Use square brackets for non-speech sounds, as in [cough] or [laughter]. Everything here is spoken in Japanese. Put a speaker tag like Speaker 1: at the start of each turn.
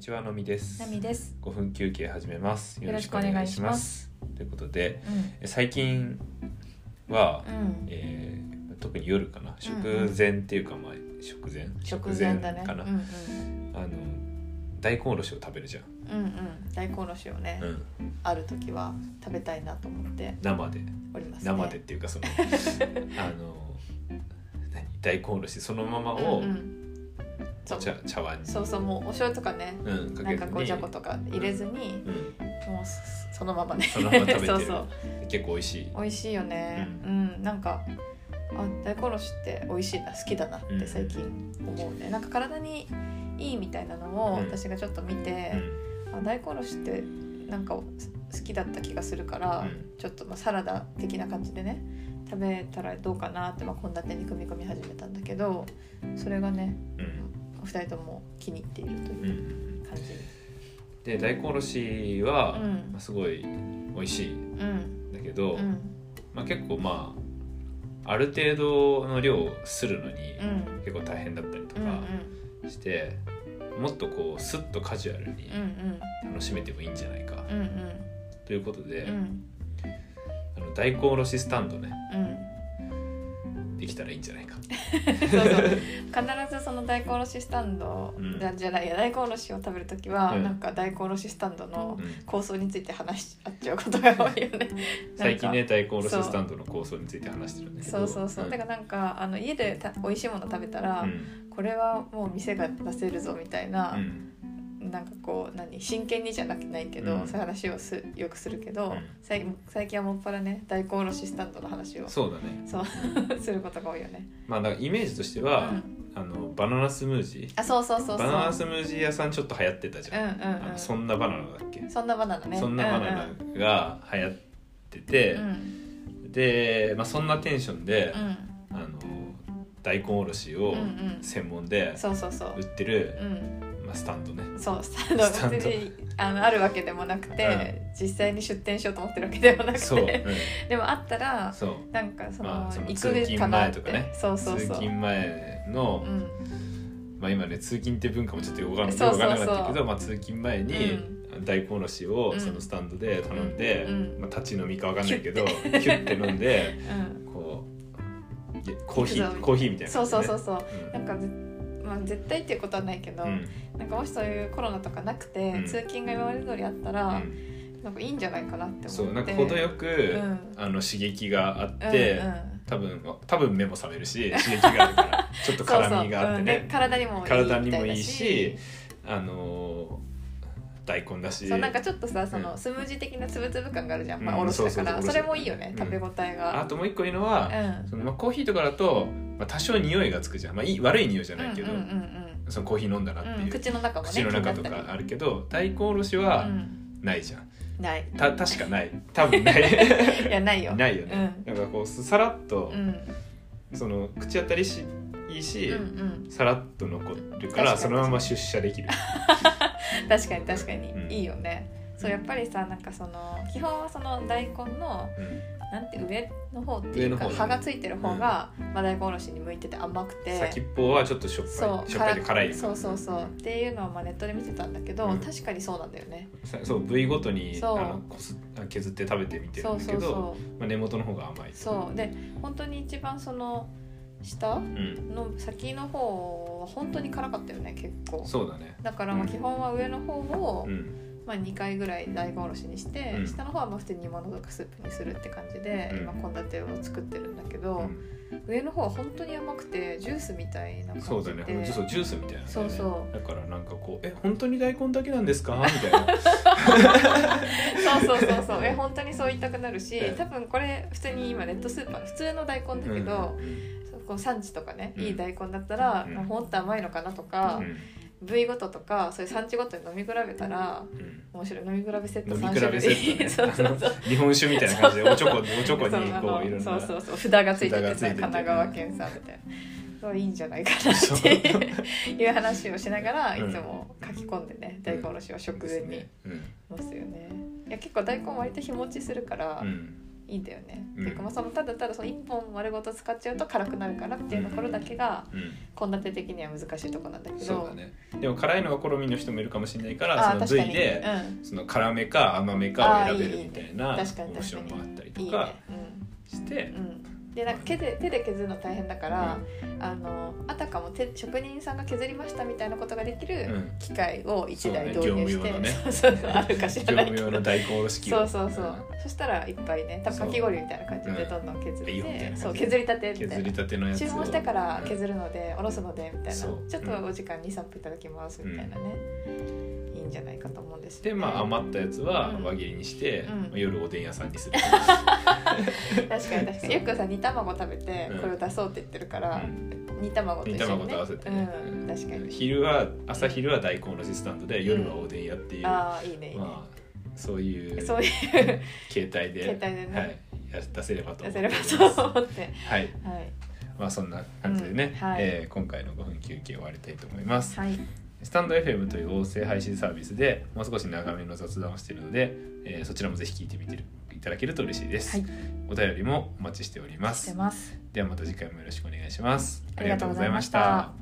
Speaker 1: ちはのみです
Speaker 2: ナミです。
Speaker 1: 5分休憩始めます
Speaker 2: よろしくお願いします
Speaker 1: ということで
Speaker 2: うん。
Speaker 1: え最近は、
Speaker 2: うん。
Speaker 1: えー特に夜かな食前っていうか、まあ食前
Speaker 2: 食前だね。
Speaker 1: 食
Speaker 2: う
Speaker 1: か
Speaker 2: ん
Speaker 1: な、
Speaker 2: うん。
Speaker 1: あの大根おろしを食べるじゃ
Speaker 2: うんうん。大根おろしをね
Speaker 1: ん、、うん、
Speaker 2: ある時は食べたいなと思って
Speaker 1: 生で
Speaker 2: おりますね。
Speaker 1: 生でっ。ていう
Speaker 2: [laughs]
Speaker 1: かそのあの何大根おろしそのままを
Speaker 2: うんうん。そう。
Speaker 1: 茶,、茶碗に
Speaker 2: そうそうもうお醤油とかね、
Speaker 1: うん、か
Speaker 2: な
Speaker 1: けず
Speaker 2: んか
Speaker 1: に
Speaker 2: こうじゃことか入れずに、
Speaker 1: うん、
Speaker 2: もうそそのままね。
Speaker 1: そのまま食べてる
Speaker 2: [laughs] そうそう。
Speaker 1: 結構美味しい
Speaker 2: 美味しいよね。
Speaker 1: う
Speaker 2: うん。なんか。あ大根おろしって美味しいな好きだなって最近思うね、なんか体にいいみたいなの
Speaker 1: うん
Speaker 2: を私がちょっと見て、
Speaker 1: うん
Speaker 2: あ大根おろしってなんか好きだった気がするから、
Speaker 1: うん
Speaker 2: ちょっとまあサラダ的な感じでね食べたらどうかなってまあ献立に組み込み始めたんだけどそれがね
Speaker 1: うん
Speaker 2: お二人とも気に入っていると
Speaker 1: うんう
Speaker 2: いうん感じ。
Speaker 1: で大根おろしは、
Speaker 2: うん
Speaker 1: まあすごい美味しいん
Speaker 2: うん
Speaker 1: だけど、
Speaker 2: うん
Speaker 1: まあ、結構まあある程度の量をするのに
Speaker 2: うん
Speaker 1: 結構大変だったりと
Speaker 2: うんうん
Speaker 1: かして、もっとこうスッとカジュアルに
Speaker 2: うん
Speaker 1: 楽しめてもいいんじゃないか、
Speaker 2: うんうん
Speaker 1: ということで、
Speaker 2: うんうん
Speaker 1: あの大根おろしスタンドね
Speaker 2: うん
Speaker 1: できたらいいんじゃない
Speaker 2: [laughs]
Speaker 1: か。
Speaker 2: そうそう必ずその大根おろしスタンド、
Speaker 1: うん
Speaker 2: じゃじゃないや大根おろしを食べる時は、
Speaker 1: うん
Speaker 2: なんか大根おろしスタンドの
Speaker 1: うん
Speaker 2: 構想について話し合っちゃうことが多いよね
Speaker 1: 最近ね大根おろしスタンドの構想について話してるんだけ
Speaker 2: そ
Speaker 1: ど
Speaker 2: うそうそう、
Speaker 1: ん
Speaker 2: だからなんかあの家でた美味しいもの食べたら、
Speaker 1: うん
Speaker 2: これはもう店が出せるぞみたいうな、
Speaker 1: ん
Speaker 2: なんかこう何真剣にじゃなくないけど、
Speaker 1: うん
Speaker 2: そういう話をすよくするけど、
Speaker 1: うん
Speaker 2: 最最近はもっぱらね大根おろしスタンドの話を
Speaker 1: そうだね
Speaker 2: そう [laughs] することが多いよね。
Speaker 1: まあだからイメージとして
Speaker 2: う
Speaker 1: は、
Speaker 2: ん、
Speaker 1: あのバナナスムージー
Speaker 2: あそうそうそうそう。
Speaker 1: バナナスムージー屋さんちょっと流行ってたじ
Speaker 2: うん
Speaker 1: ゃん、
Speaker 2: うん
Speaker 1: あ
Speaker 2: う
Speaker 1: の
Speaker 2: ん。
Speaker 1: そんなバナナだっけ、
Speaker 2: そんなバナナね。
Speaker 1: そんなバナナが流行ってて、
Speaker 2: うんうん。
Speaker 1: で、まあ、そんなテンションで
Speaker 2: う、ん
Speaker 1: あの大根おろし
Speaker 2: う
Speaker 1: を
Speaker 2: んうん
Speaker 1: 専門で
Speaker 2: そうそうそう
Speaker 1: 売。ってる、
Speaker 2: うん。
Speaker 1: まあ、スタンドね
Speaker 2: そうスタンド
Speaker 1: スタンド
Speaker 2: 別にあのあるわけでもなくて、実際に出店しようと思ってるわけでもなく [laughs]
Speaker 1: そう、う
Speaker 2: て
Speaker 1: ん、
Speaker 2: でもあったら
Speaker 1: そう
Speaker 2: なんかその,、
Speaker 1: まあその
Speaker 2: 行
Speaker 1: 通勤
Speaker 2: くかなっ
Speaker 1: 前とか
Speaker 2: て、
Speaker 1: ね
Speaker 2: そうそう
Speaker 1: 通
Speaker 2: そう、
Speaker 1: 勤前の、
Speaker 2: うん、
Speaker 1: まあ、今ね通勤って文化もちょっとよくわかんない
Speaker 2: そう
Speaker 1: よ
Speaker 2: そ
Speaker 1: く
Speaker 2: う
Speaker 1: わ
Speaker 2: そう
Speaker 1: かんなかったけど、まあ、通勤前に、大根おろしを
Speaker 2: うん
Speaker 1: そのスタンドで頼んで、
Speaker 2: うん
Speaker 1: まあ、立ち飲みかわかんないけどキュッて飲んで。
Speaker 2: うん、
Speaker 1: こういやコーヒ
Speaker 2: ピ
Speaker 1: ー
Speaker 2: ザ
Speaker 1: コーヒーみたいな
Speaker 2: [laughs] そ
Speaker 1: 感
Speaker 2: う
Speaker 1: じ
Speaker 2: そ
Speaker 1: ね、
Speaker 2: うそうそう
Speaker 1: うん
Speaker 2: なんかぜ、まあ、絶対っていうことはないけど、
Speaker 1: うん
Speaker 2: なんかもしそういうコロナとかなくて、
Speaker 1: うん
Speaker 2: 通勤が今まで通りあった
Speaker 1: う
Speaker 2: ら、
Speaker 1: ん
Speaker 2: なんかいいんじゃないかなって思って
Speaker 1: そうなんか程よく、
Speaker 2: うん
Speaker 1: あの刺激があって、
Speaker 2: うんうん
Speaker 1: 多分多分目も覚めるし刺激があるから
Speaker 2: [laughs]
Speaker 1: ちょっと辛みがあって
Speaker 2: そうそううん
Speaker 1: ね
Speaker 2: で体にもいい
Speaker 1: 体にも
Speaker 2: みた
Speaker 1: い
Speaker 2: だ
Speaker 1: いしあのー大根だし
Speaker 2: そうなんかちょっとさその
Speaker 1: うん
Speaker 2: スムージー的なつぶつぶ感があるじゃん、ま
Speaker 1: う
Speaker 2: あ、
Speaker 1: ん
Speaker 2: おろしだから、
Speaker 1: そうそうそう
Speaker 2: それもいいよね
Speaker 1: うん
Speaker 2: 食べ応え
Speaker 1: あ
Speaker 2: が、
Speaker 1: ともう一個いいの
Speaker 2: う
Speaker 1: は
Speaker 2: ん、、うん
Speaker 1: そのまあ、コーヒーとかだと、まあ、多少匂いがつくじゃん、まあ、いい悪い匂いじゃないけど、
Speaker 2: うん
Speaker 1: そのコーヒー飲んだなっ
Speaker 2: う
Speaker 1: て
Speaker 2: んうん
Speaker 1: いう
Speaker 2: う、ん口の中もね
Speaker 1: 口の中と
Speaker 2: 気になっ
Speaker 1: か
Speaker 2: た
Speaker 1: あ
Speaker 2: り
Speaker 1: るけど大根おろしは
Speaker 2: うん
Speaker 1: ないじゃん、
Speaker 2: ない
Speaker 1: た確かない多分
Speaker 2: [laughs]
Speaker 1: ない
Speaker 2: いやない
Speaker 1: [laughs]
Speaker 2: よ
Speaker 1: ないよね、
Speaker 2: うん
Speaker 1: なんかこうさらっと
Speaker 2: う、ん
Speaker 1: その口当たりしいいし、
Speaker 2: うんうん
Speaker 1: さらっと残る
Speaker 2: 確
Speaker 1: か
Speaker 2: からに
Speaker 1: そのまま出社でき
Speaker 2: [laughs]
Speaker 1: る、
Speaker 2: 確かに確かに、
Speaker 1: うん
Speaker 2: いいよねそうやっぱりさなんかその基本はその大根の
Speaker 1: うん
Speaker 2: なんて上の方っていうか、
Speaker 1: 上の方だね
Speaker 2: 葉がついてる方が、まあ、大根おろしに向いてて甘くて
Speaker 1: 先っぽはちょっとしょっぱ
Speaker 2: そ
Speaker 1: いうしょっぱいで辛い
Speaker 2: そうそうそうっていうのをまあネットで見てたんだけど、
Speaker 1: うん
Speaker 2: 確かにそうなんだよね
Speaker 1: さそう部位ごとにあ
Speaker 2: そう
Speaker 1: のこす削って食べてみてる
Speaker 2: そ
Speaker 1: ん
Speaker 2: う
Speaker 1: だ
Speaker 2: そ
Speaker 1: け
Speaker 2: う
Speaker 1: ど
Speaker 2: そう
Speaker 1: まあ、根元の方が甘い
Speaker 2: そうで本当に一番その下
Speaker 1: うん、
Speaker 2: の先の方は本当に辛かったよね結構
Speaker 1: そうだね
Speaker 2: だからま
Speaker 1: う
Speaker 2: あ
Speaker 1: ん
Speaker 2: 基本は上の方を、
Speaker 1: うん
Speaker 2: まあ、2回ぐらい大根おろしにして、
Speaker 1: うん
Speaker 2: 下の方はまあ普通に煮物とかスープにするって感じで、
Speaker 1: うん
Speaker 2: 今献立を作ってるんだけ
Speaker 1: う
Speaker 2: ど、
Speaker 1: ん
Speaker 2: 上の方は本当に甘くてジュースみたいな感じで
Speaker 1: そうだねほんとそうジュースみたいな、ね、
Speaker 2: そうそう
Speaker 1: だからなんかこう「え本当に大根だけなんです
Speaker 2: [laughs]
Speaker 1: か?」みたいな
Speaker 2: そうそうそうそうえ本当にそう言いたくなるし
Speaker 1: うん
Speaker 2: 多分これ普通に今ネットスーパー普通の大根だけど、
Speaker 1: うん
Speaker 2: そうこう産地とかね、
Speaker 1: うん
Speaker 2: いい大根だったら、
Speaker 1: うん
Speaker 2: まあほんと甘いのかなとか
Speaker 1: う、ん
Speaker 2: 部位ごととかそういう産地ごとに飲み比べたら
Speaker 1: うん
Speaker 2: 面白い飲み比べセット
Speaker 1: 飲み
Speaker 2: 3
Speaker 1: 比
Speaker 2: 種
Speaker 1: べセ
Speaker 2: 類、
Speaker 1: ット、
Speaker 2: [laughs] そう
Speaker 1: ね、
Speaker 2: そ
Speaker 1: あの
Speaker 2: うそう
Speaker 1: 日本酒みたいな感じでおちょこおちょこに
Speaker 2: そうあ
Speaker 1: こ
Speaker 2: の
Speaker 1: ういろんな
Speaker 2: そうそうそう札がついてて
Speaker 1: 札がついてて
Speaker 2: 神奈川県産みたいなそういいんじゃないかなっていういう話をしながらい
Speaker 1: うん
Speaker 2: つも書き込んでね大根おろしを食前に
Speaker 1: うん
Speaker 2: ますよねいや結構大根割と日持ちするから、
Speaker 1: うん
Speaker 2: いいんだよね。
Speaker 1: うん
Speaker 2: ていうかまあそのただただその1本丸ごと使っちゃうと辛くなるからっていうところだけが
Speaker 1: うん、
Speaker 2: 献立的には難しいとこなんだけど
Speaker 1: そうだねでも辛いのが好みの人もいるかもしれないからそ
Speaker 2: あー
Speaker 1: の
Speaker 2: 確か
Speaker 1: 髄
Speaker 2: に、
Speaker 1: で、
Speaker 2: う
Speaker 1: その辛めか甘めかを選べ
Speaker 2: あー
Speaker 1: る
Speaker 2: いい
Speaker 1: みたいな
Speaker 2: 確かに
Speaker 1: 面白いもあったり
Speaker 2: ん、
Speaker 1: と
Speaker 2: いい
Speaker 1: か
Speaker 2: ね、うん
Speaker 1: して
Speaker 2: うん、でなんか手で手で削るの大変だから、あのあたかも手職人さんが削りましたみたいなことができる
Speaker 1: ん
Speaker 2: 機械を1台
Speaker 1: そうね
Speaker 2: 導入し
Speaker 1: 業務
Speaker 2: て、
Speaker 1: 用のね
Speaker 2: [laughs] そうそうそうあるか知らな
Speaker 1: 業務
Speaker 2: いけ
Speaker 1: 用
Speaker 2: ど
Speaker 1: の。大根おろし器
Speaker 2: そ
Speaker 1: を
Speaker 2: うそうそう、そしたらいっぱいね多分かき氷みたいな感じでどんどん削って、
Speaker 1: うんいいよみたいな
Speaker 2: そう削りたてみた
Speaker 1: 削
Speaker 2: いな
Speaker 1: りたてのやつを
Speaker 2: 注文してから削るのでおろすのでみたいなち
Speaker 1: そう
Speaker 2: ょっとお時間23分いただきますみたいなね、いいんじゃないかと思うんですよね
Speaker 1: でまあ余ったやつは
Speaker 2: うん
Speaker 1: 輪切りにして、
Speaker 2: うん
Speaker 1: まあ夜おでん屋さんに
Speaker 2: [laughs]
Speaker 1: する、
Speaker 2: 確かに確かによくさ煮卵食べて
Speaker 1: うん
Speaker 2: これを出そうって言ってるか
Speaker 1: う
Speaker 2: ら、
Speaker 1: ん
Speaker 2: 煮卵と一緒に、ね、
Speaker 1: 煮卵と合わせてね
Speaker 2: うん、確かに、
Speaker 1: 昼は朝昼は大根のシスタントで夜はおでん屋っていう、ま
Speaker 2: ああいいねいいね、
Speaker 1: あそういう
Speaker 2: そ
Speaker 1: [laughs]
Speaker 2: ういう
Speaker 1: 形態で
Speaker 2: 携帯で
Speaker 1: は
Speaker 2: ね、
Speaker 1: い、や出せればと
Speaker 2: 出
Speaker 1: 思
Speaker 2: せればと
Speaker 1: う
Speaker 2: 思って
Speaker 1: はい
Speaker 2: はい
Speaker 1: まあそんな感じでね、
Speaker 2: うんはい
Speaker 1: えー今回の5分休憩終わりたいと思います、
Speaker 2: はい
Speaker 1: スタンド FM という音声配信サービスでもう少し長めの雑談をしているので、えーそちらもぜひ聞いてみていただけると嬉しいです、
Speaker 2: はい
Speaker 1: お便りもお待ちしておりま
Speaker 2: して
Speaker 1: す
Speaker 2: ます
Speaker 1: ではまた次回もよろしくお願いします
Speaker 2: ありがとうございました